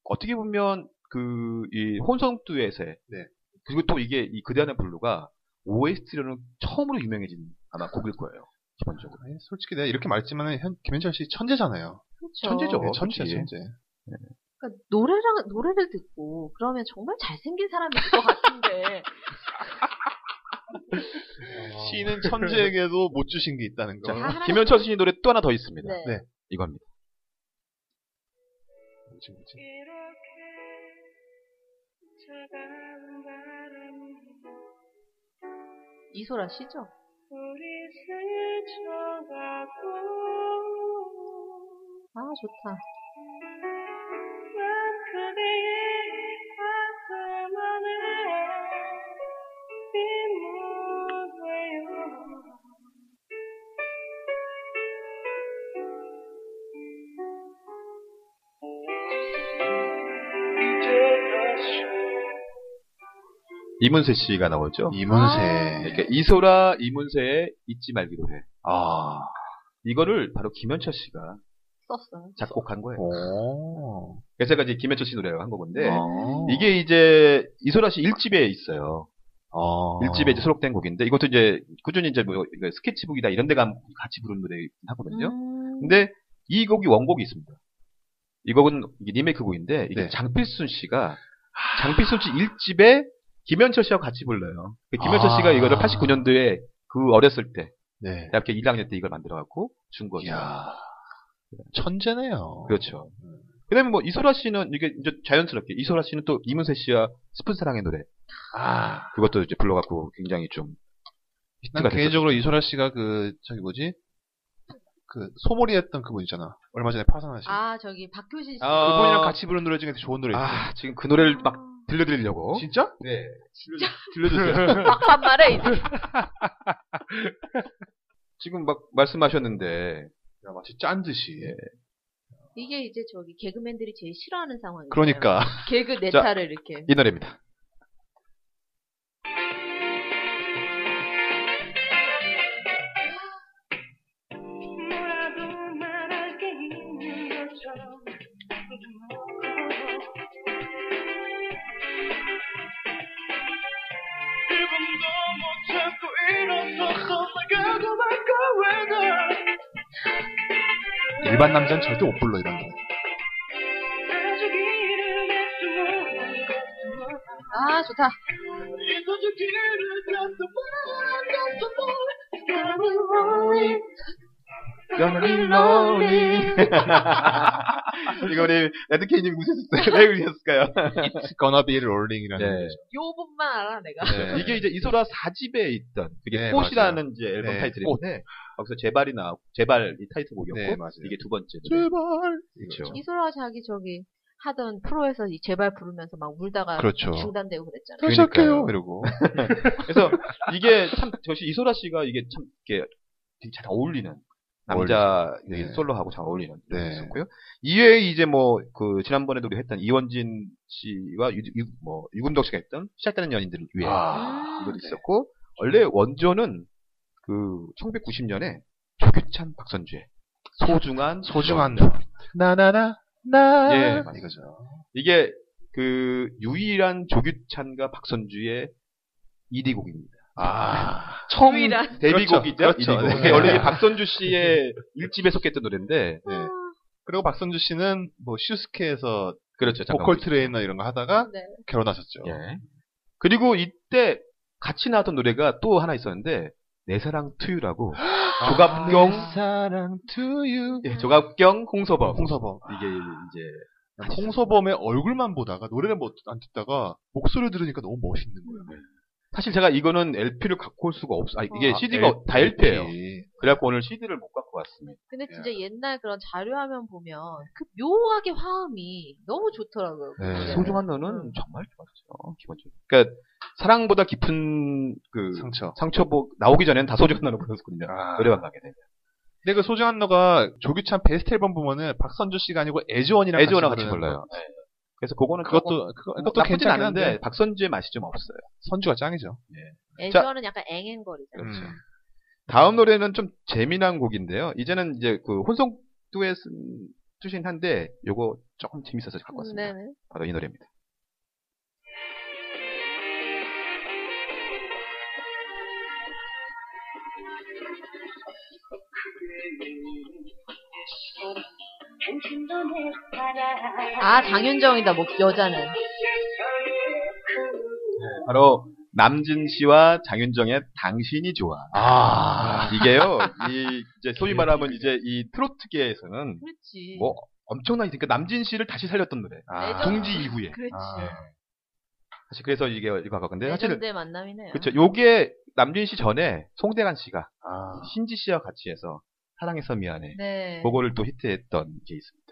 어떻게 보면 그 이 혼성듀엣에 네. 그리고 또 이게 이 그대안의 블루가 OST로는 처음으로 유명해진 아마 곡일 거예요. 기본적으로. 아니, 솔직히 내가 이렇게 말했지만 현, 김현철 씨 천재잖아요. 그렇죠. 천재죠. 네, 천재, 그치. 천재. 그러니까 노래랑 노래를 듣고 그러면 정말 잘생긴 사람일 것 같은데 아. 시는 천재에게도 못 주신 게 있다는 거. 자, 하나씩- 김현철 씨 노래 또 하나 더 있습니다. 네. 네. 이겁니다. 뭐지, 뭐지? 차가운 바람이 이소라 씨죠? 우리 스쳐가고 아, 좋다. 난 그대의 가슴 안에 빗물되어 이제 다시 이문세 씨가 나오죠. 이문세. 아. 그러니까 이소라 이문세의 잊지 말기로 해. 아 이거를 바로 김현철 씨가 썼어요. 작곡한 거예요. 오. 그래서 제가 이제 김현철 씨 노래를 한 거건데 아. 네. 이게 이제 이소라 씨 1집에 있어요. 아. 일집에 이제 수록된 곡인데 이것도 이제 꾸준히 이제 뭐 이거 스케치북이다 이런 데 가면 같이 부르는 노래긴 하거든요. 음. 근데 이 곡이 원곡이 있습니다. 이 곡은 이게 리메이크 곡인데 이게 네. 장필순 씨가 장필순 씨 1집에 김현철 씨하고 같이 불러요. 그 김현철 아. 씨가 이거를 89년도에 그 어렸을 때 네. 대학교 1학년 때 이걸 만들어 갖고 준 거죠. 이야. 천재네요. 그렇죠. 그다음에 뭐 이소라 씨는 이게 이제 자연스럽게 이소라 씨는 또 이문세 씨와 스푼 사랑의 노래 아. 그것도 이제 불러 갖고 굉장히 좀 난 됐었죠. 개인적으로 이소라 씨가 그, 저기 뭐지? 그, 소몰이 했던 그분 있잖아. 얼마 전에 파산하신. 아, 저기 박효신 씨. 아, 그분이랑 같이 부르는 노래 중에 좋은 노래 있어. 아, 지금 그 노래를 막 들려드리려고. 진짜? 네. 들려주세요. 그 막판 말해, 이제. 지금 막 말씀하셨는데 야, 마치 짠 듯이. 네. 이게 이제 저기 개그맨들이 제일 싫어하는 상황이에요. 그러니까. 개그 자. 네타를 이렇게. 이 노래입니다. 뭐라도 말할 게 있는 것처럼 눈을 감고 이밤도 못 참고 일어서서 나가고 말고 왜가 일반 남자는 절대 못 불러, 이런 노래. 아직 이른 아침은 것도 아, 좋다. 이도저 길을 걷어 만 걷어 멀리 Lonely, lonely. 이거 우리 레드케이님 웃으셨어요? 왜 웃으셨을까요? It's gonna be rolling이라는. 네. 요 부분만 알아, 내가. 네. 이게 이제 이소라 4집에 있던 그게 네, 꽃이라는 이제 앨범 네, 타이틀인데 거기서 제발이 나 제발 이 타이틀곡이었고 네, 맞아요. 이게 두 번째 노래. 제발. 그렇죠. 이소라 자기 저기 하던 프로에서 이 제발 부르면서 막 울다가 그렇죠. 중단되고 그랬잖아요. 다시 할게요. 그러니까요. 이러고. 그래서 이게 참 역시 이소라 씨가 이게 참 이게 되게 잘 어울리는 남자 어울리죠. 네. 솔로하고 잘 어울리는 네. 있었고요. 이외에 이제 뭐 그 지난번에도 우리 했던 이원진 씨와 유, 유- 뭐 유금덕 씨가 했던 시작되는 연인들을 위해 아. 이것도 있었고 원래 원조는 그 1990년에 조규찬 박선주의 소중한 소중한 연. 나나나 나. 예, 맞습니다. 이거죠. 이게 그 유일한 조규찬과 박선주의 1위 곡입니다. 아. 처음 유일한. 데뷔곡이죠. 그렇죠. 그렇죠. 1위 곡. 네. 원래 이게 박선주 씨의 1집에 속했던 노래인데 네. 그리고 박선주 씨는 뭐 슈스케에서 그렇죠. 보컬 트레이너 이런 거 하다가 네. 결혼하셨죠. 예. 그리고 이때 같이 나왔던 노래가 또 하나 있었는데 내 사랑 투유라고 조갑경 사랑 to you. 예, 조갑경 홍서범 홍서범. 이게 이제 난 홍서범의 얼굴만 보다가 노래를 못, 안 듣다가 목소리를 들으니까 너무 멋있는 거예요. 사실 제가 이거는 LP를 갖고 올 수가 없어. 아니, 네. 이게 아, CD가 다 LP예요. LP. 그래갖고 오늘 CD를 못 갖고 왔습니다. 근데 진짜 옛날 그런 자료화면 보면 그 묘하게 화음이 너무 좋더라고요. 네. 그게. 소중한 너는 정말 좋았죠. 기본적으로. 그러니까 사랑보다 깊은 그 상처. 상처복 나오기 전에는 다 소중한 너로 불렀거든요. 아. 노래방 가게 되면. 근데 그 소중한 너가 조규찬 베스트 앨범 보면은 박선주 씨가 아니고 에즈원이랑 에즈원랑 같이 부르는 불러요. 네. 그래서 그거는 조금 뭐 그것도 그거, 그것도 나쁘진 괜찮긴 않은데 한데 박선주의 맛이 좀 없어요. 선주가 짱이죠. 애저는 약간 앵앵거리잖아요. 그렇죠. 음. 다음 노래는 좀 재미난 곡인데요. 이제는 이제 그 혼성 듀엣은 투신 한데 요거 조금 재밌어서 갖고 왔습니다. 네네. 바로 이 노래입니다. 당신도 내 사랑 아, 장윤정이다, 뭐, 여자는. 바로 남진 씨와 장윤정의 당신이 좋아. 아. 이게요. 이 이제 소위 말하면 이제 이 트로트계에서는 그렇지. 뭐 엄청나게 그러니까 남진 씨를 다시 살렸던 노래. 애정. 동지 이후에. 그렇지. 아. 사실 그래서 이게 일과가 근데 네. 사실 예전대 만남이네요. 그쵸 요게 남준 씨 전에 송대관 씨가 신지 씨와 같이 해서 사랑해서 미안해 네. 그거를 또 히트했던 게 있습니다.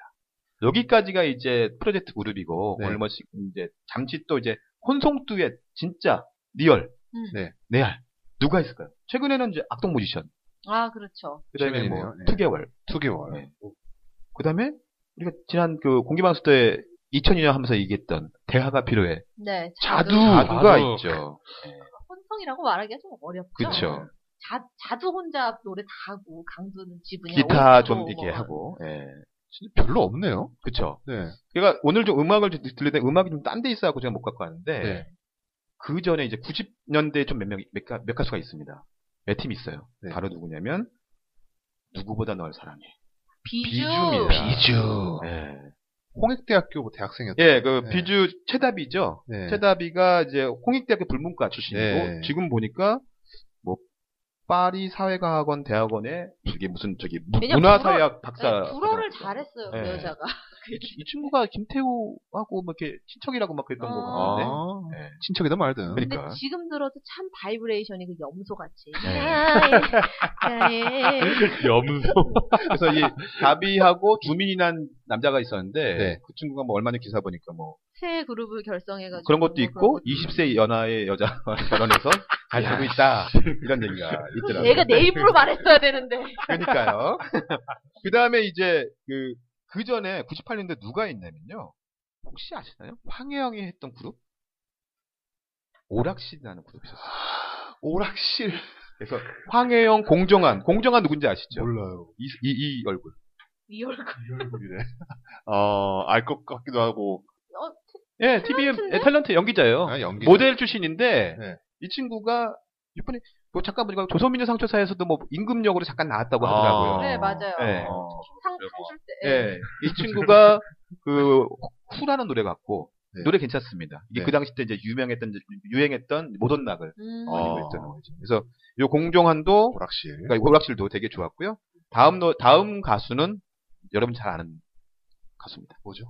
여기까지가 이제 프로젝트 그룹이고 네. 오늘 뭐 시- 이제 잠시 또 이제 혼성 듀엣 진짜 리얼 음. 네. 내알 누가 있을까요? 최근에는 이제 악동 뮤지션 아 그렇죠. 그다음에 뭐 최근이네요. 네. 2개월 2개월. 네. 그다음에 우리가 지난 그 공개 방송 때 2002년 하면서 얘기했던 대화가 필요해 네. 자두 자두가 자두가 자두. 있죠. 혼성이라고 말하기가 좀 어렵죠. 그렇죠. 자, 자두 혼자 노래 다 하고 강도는 뭐 지분이 기타 좀 이렇게 하고 예. 진짜 별로 없네요. 그쵸. 네. 그러니까 오늘 좀 음악을 좀 들을 때 음악이 좀 딴 데 있어갖고 제가 못 갖고 왔는데 네. 그 전에 이제 90년대에 좀 몇명몇 몇 가수가 있습니다. 몇 팀 있어요. 네. 바로 누구냐면 누구보다 널 사랑해. 비주. 네, 비주입니다. 비주. 예. 홍익대학교 대학생이었죠. 예, 그 어. 네. 비주 최다비죠. 네. 최다비가 이제 홍익대학교 불문과 출신이고 네. 지금 보니까 뭐 파리 사회과학원 대학원에 이게 무슨 저기 무- 왜냐면 문화사회학 박사 네, 불어를 받아갖고. 잘했어요 그 네. 여자가. 이, 이 친구가 김태우하고 막 이렇게 친척이라고 막 그랬던 아. 거 아, 같은데. 네. 친척이든 말든. 그러니까. 근데 지금 들어도 참 바이브레이션이 그 염소 같이. 네. 네. 염소. 그래서 이 다비하고 주민이란 남자가 있었는데 네. 그 친구가 뭐 얼마 전 기사 보니까 뭐 새 그룹을 결성해가지고 그런 것도 있고 아, 그런 20세 연하의 여자와 결혼해서 잘 살고 있다 이런 얘기가 것도- 있더라고요. 얘가 내 입으로 말했어야 되는데. 그러니까요. 그 다음에 이제 그, 그 전에 98년대 누가 있냐면요. 혹시 아시나요? 황혜영이 했던 그룹? 오락실이라는 그룹이 있었어요. 오락실. 그래서 황혜영, 공정한. 공정한 누군지 아시죠? 몰라요. 이, 이, 이 얼굴. 이 얼굴. 얼굴이래. 어, 알 것 같기도 하고. 어, 예, TVM 예, 탤런트 연기자예요. 아, 연기. 모델 출신인데 네. 이 친구가 이번에 뭐 잠깐 보니까 조선민주 상처사에서도 뭐 임금 역으로 잠깐 나왔다고 하더라고요. 네 맞아요. 어, 네. 상 타줄 때. 예, 이 친구가 그 후라는 노래 같고 네. 노래 괜찮습니다. 이게 네. 그 당시 때 이제 유명했던 이제 유행했던 모던 낙을 음. 어. 가지고 했던 거죠. 그래서 요 공정한도 오락실. 그러니까 오락실도 되게 좋았고요. 다음 노 다음 가수는 여러분 잘 아는 가수입니다. 뭐죠?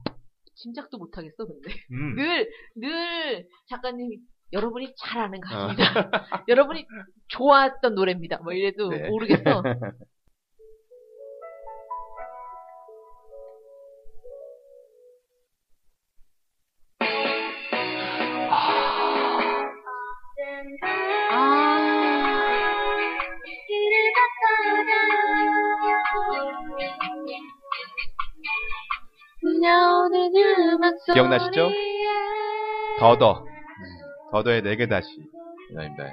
짐작도 못하겠어 근데. 음. 늘, 늘 작가님이 여러분이 잘 아는 가수입니다. 여러분이 좋아했던 노래입니다. 뭐 이래도 네. 모르겠어. 기억나시죠? 더더 네. 더더의 네개 다시 이나입니다.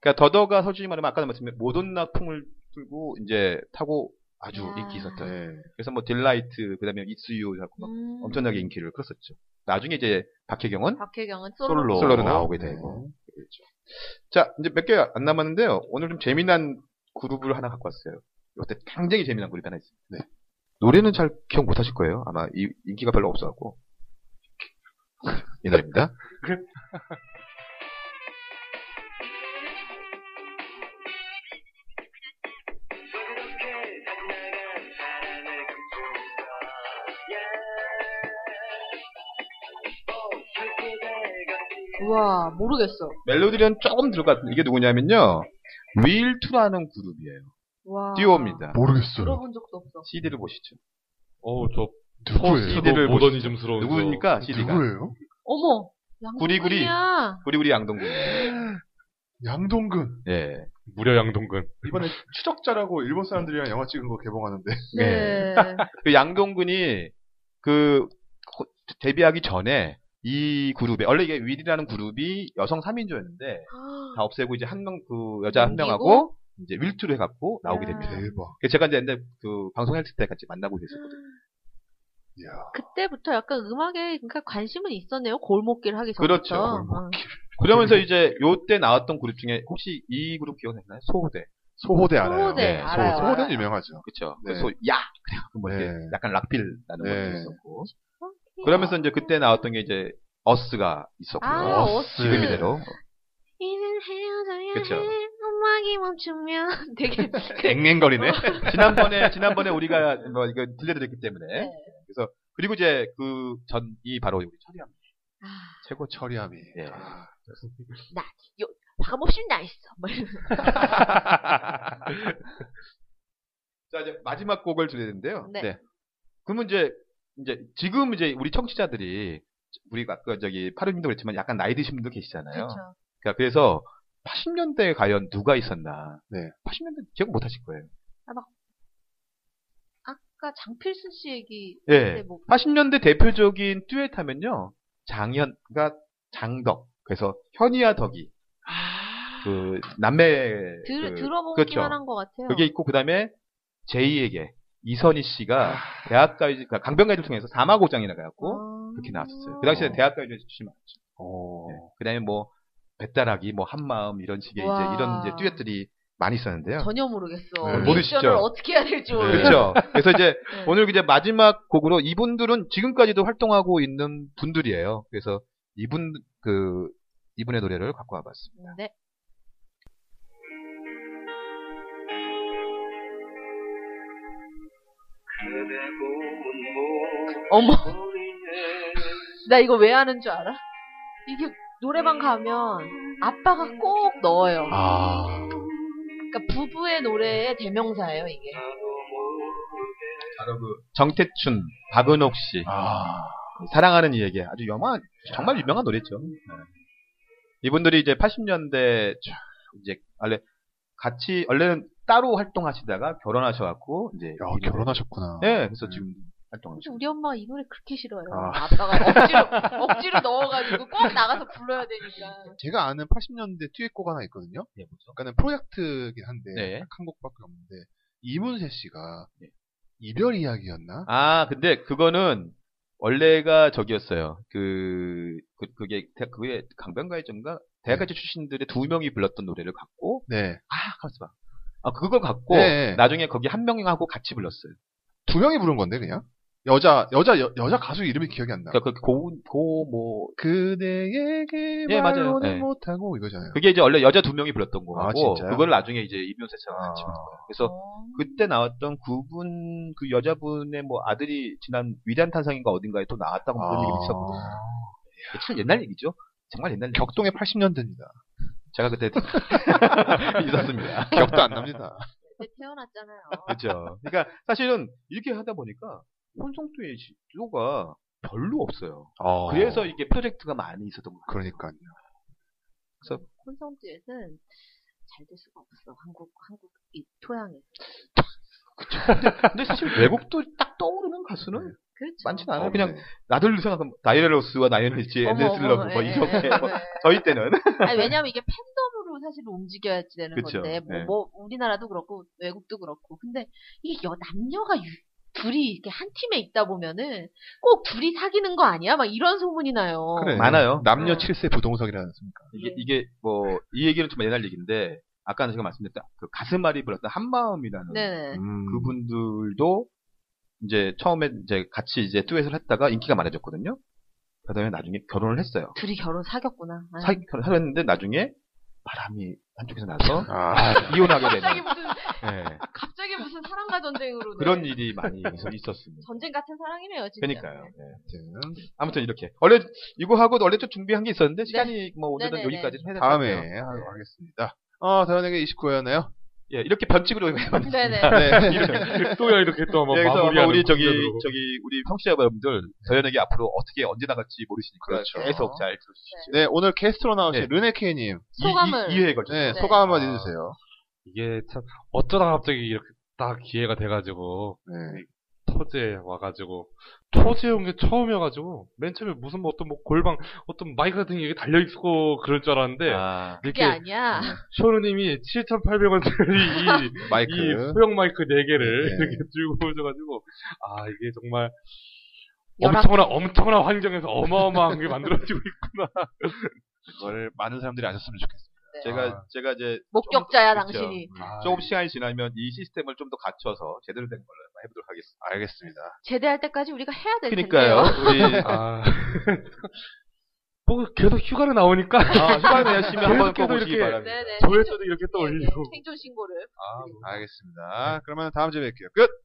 그러니까 더더가 솔직히 말하면 아까도 말씀드린 모던나 풍을 풀고 이제 타고 아주 아. 인기 있었던 네. 그래서 뭐 딜라이트 그다음에 이스유 자꾸 막 음. 엄청나게 인기를 끌었었죠. 나중에 이제 박혜경은 박혜경은 솔로. 솔로. 솔로로 나오게 되고. 그렇죠. 자 이제 몇 개 안 남았는데요. 오늘 좀 재미난 그룹을 하나 갖고 왔어요. 이때 굉장히 재미난 그룹이 하나 있습니다. 노래는 잘 기억 못하실 거예요. 아마 이- 인기가 별로 없어갖고 이 노래입니다. 우와, 모르겠어. 멜로디는 조금 들어갔 이게 누구냐면요. 윌투라는 그룹이에요. 와. 듀오입니다. 모르겠어요. 들어본 적도 없어. CD를 보시죠. 어우, 저 누구예요? CD 를 포스도 모더니즘스러운. 저- 뭐, 누구입니까? CD가 누구예요? 어머! 양동근이야. 구리구리. 구리구리 양동근. 양동근. 예. 무려 양동근. 이번에 추적자라고 일본 사람들이랑 영화 찍은 거 개봉하는데. 네. 그 양동근이 그 호- 데뷔하기 전에 이 그룹에 원래 이게 윌이라는 그룹이 여성 3인조였는데 다 없애고 이제 한 명 그 여자 한 옮기고? 명하고 이제 윌투로 해갖고 나오게 야. 됩니다. 대박. 그래서 제가 이제 옛날 그 방송했을 때 같이 만나고 있었거든요. 이야. 그때부터 약간 음악에 그러니까 관심은 있었네요. 골목길 하기 전부터. 어. 그렇죠, 골목길. 그러면서 이제 요때 나왔던 그룹 중에 혹시 이 그룹 기억나시나요? 소호대. 소호대 알아요. 소호대 네, 알아요. 소- 소호대는 알아요. 유명하죠. 그쵸. 네. 그래서 야! 그래갖고 뭐 이렇게 네. 약간 락필 나는 네. 것도 있었고. 그러면서 이제 그때 나왔던 게 이제 어스가 있었고요. 아, 어스. 어스. 지금 지금이대로. 이는 헤어져야 그쵸. 해. 음악이 멈추면 되게 앵앵거리네. 지난번에 지난번에 우리가 뭐 이거 들려드렸기 때문에 네. 그래서 그리고 이제 그 전이 바로 우리 철이합니다. 최고 처리함이. 네. 예. 아, 박없이 나 있어. 뭐 이러면서. 자, 이제 마지막 곡을 드려야 되는데요. 네. 그러면 이제, 이제, 지금 이제 우리 청취자들이, 우리가 아까 저기, 파르님도 그랬지만 약간 나이 드신 분도 계시잖아요. 그렇죠. 그러니까 그래서 80년대에 과연 누가 있었나. 네. 80년대 기억 못 하실 거예요. 아까 장필순 씨 얘기 예. 때 뭐, 80년대 대표적인 듀엣 하면요. 장현과 장덕. 그래서 현이와 덕이. 아. 그, 남매. 들, 그, 들어보기만 그렇죠. 한 것 같아요. 그게 있고 그다음에 제이에게 이선희 씨가 대학가요 그러니까 강변가요를 통해서 사마고장이 나가갖고 아. 그렇게 나왔었어요. 그 당시에 대학가요제 출신 많았죠. 어. 네. 그다음에 뭐 배따라기, 뭐 한마음 이런 식의 이제 와. 이런 이제 듀엣들이 많이 있었는데요. 전혀 모르겠어. 네. 모르시죠? 리액션을 어떻게 해야 될지 모르겠어. 그렇죠. 그래서 이제 네. 오늘 이제 마지막 곡으로 이분들은 지금까지도 활동하고 있는 분들이에요. 그래서 이분 그 이분의 노래를 갖고 와봤습니다. 네. 어머. 나 이거 왜 하는 줄 알아? 이게 노래방 가면 아빠가 꼭 넣어요. 아. 그러니까 부부의 노래의 대명사예요, 이게. 바로 그 정태춘, 박은옥 씨, 아. 사랑하는 이에게 아주 영화 정말 유명한 노래죠. 음. 네. 이분들이 이제 80년대 쫙 이제 원래 같이 원래는 따로 활동하시다가 결혼하셔갖고 이제 야, 결혼하셨구나. 네, 그래서 지금 활동하시고 근데 우리 엄마가 이 노래 그렇게 싫어요. 아. 아. 빠가 억지로, 억지로 넣어가지고 꼭 나가서 불러야 되니까. 제가 아는 80년대 듀엣곡 하나 있거든요. 예, 뭐죠? 그러니까는 프로젝트긴 한데 네. 딱 한 곡밖에 없는데 이문세 씨가 이별 이야기였나? 아, 근데 그거는 원래가 저기였어요. 그, 그 그게 대- 그게 강변가의 전가 대학가치 출신들의 두 명이 불렀던 노래를 갖고 네. 아, 가만있어 봐. 아, 그걸 갖고 네. 나중에 거기 한 명하고 같이 불렀어요. 두 명이 부른 건데 그냥 여자 여자 여, 여자 가수 이름이 기억이 안 나. 그러니까 그고고뭐 그대에게 예, 맞아요. 말로는 네. 못하고 이거잖아요. 그게 이제 원래 여자 두 명이 불렀던 거고 아, 진짜요? 그걸 나중에 이제 이병세 씨랑 같이 아. 부른 거예요. 그래서 어, 그때 나왔던 그분 그 여자분의 뭐 아들이 지난 위대한 탄생인가 어딘가에 또 나왔다고 아. 그런 얘기를 있었거든요. 참 옛날 얘기죠. 정말 옛날 얘기죠. 격동의 80년대입니다. 제가 그때 있었습니다. 기억도 안 납니다. 그때 태어났잖아요. 그렇죠. 그러니까 사실은 이렇게 하다 보니까 혼성투의 시도가 별로 없어요. 어. 그래서 이게 프로젝트가 많이 있었던 것 같아요. 그러니까요. 콘서트 듀엣은 잘 될 수가 없어. 한국, 한국, 이 토양에. 근데 사실 외국도 딱 떠오르는 가수는 그렇죠. 많지는 어, 않아요. 네. 그냥 네. 나들 생각하면 다이레로스와 나이널리치, 어머, 엔데슬러브 어머, 뭐 예, 이런 예, 게 예. 뭐 저희 때는 아니, 왜냐면 이게 팬덤으로 사실 움직여야 되는 그쵸, 건데, 뭐, 예. 뭐 우리나라도 그렇고, 외국도 그렇고. 근데, 이게 여, 남녀가 유- 둘이 이렇게 한 팀에 있다 보면은, 꼭 둘이 사귀는 거 아니야? 막 이런 소문이 나요. 그래. 어, 많아요. 네. 남녀 7세 부동석이라 않습니까? 이게 이게 뭐 이 얘기는 좀 옛날 얘기인데 아까 제가 말씀드렸던 그 가슴앓이 불렀던 한마음이라는 네. 그분들도 이제 처음에 이제 같이 이제 듀엣을 했다가 인기가 많아졌거든요. 그다음에 나중에 결혼을 했어요. 둘이 결혼 사귀었구나. 아유. 사, 결혼을 했는데 나중에 바람이 한쪽에서 나서 아, 이혼하게 갑자기 되는 무슨, 예, 갑자기 무슨 사랑과 전쟁으로. 그런 네. 일이 많이 있었습니다. 전쟁 같은 사랑이네요, 진짜. 그러니까요. 예. 아무튼 아무튼 이렇게 원래 이거 하고 원래 좀 준비한 게 있었는데 시간이 뭐 오늘은 네. 네네네. 여기까지 해야 될것 다음에 같아요. 하도록 하겠습니다. 어, 다현에게 29회였나요? 예 이렇게 변칙으로 해봤는데 네네. 네. 또 이렇게 또 한번 그래서 아마 뭐 마무리하는 뭐 우리 저기 구조로. 저기 우리 청취자 여러분들 저희에게 앞으로 어떻게 언제 나갈지 모르시니까 그렇죠. 계속 잘 들어주시죠. 네, 오늘 게스트로 나오신 네. 르네케이님. 소감을. 이, 이, 2회에 걸쳐. 네, 네. 소감 한마디 해주세요. 이게 참 어쩌다 갑자기 이렇게 딱 기회가 돼가지고 네. 토지에 와가지고 토지에 온 게 처음이어가지고 맨 처음에 무슨 뭐 어떤 뭐 골방 어떤 마이크 같은 게 이렇게 달려 있고 그럴 줄 알았는데 아, 그게 이렇게 아니야. 쇼르님이 7,800원짜리 이, 마이크. 이 소형 마이크 4 개를 네. 이렇게 들고 오셔가지고 아 이게 정말 열악. 엄청나 엄청난 환경에서 어마어마한 게 만들어지고 있구나. 그걸 많은 사람들이 아셨으면 좋겠습니다. 제가 제가 이제 목격자야, 그렇죠. 당신이. 아, 조금 시간이 지나면 이 시스템을 좀 더 갖춰서 제대로 된 걸로 한번 해보도록 하겠습니다. 알겠습니다. 제대할 때까지 우리가 해야 될 텐데요. 그러니까요. 네. 우리 아. 뭐 계속 휴가를 네, 나오니까 아, 휴가 내시면 한번 꼭 계속해서 오시기 이렇게- 바랍니다. 네네. 조회수도 이렇게 또 네, 네. 올리고. 생존 신고를. 알겠습니다. 그러면 다음 주에 뵐게요. 끝!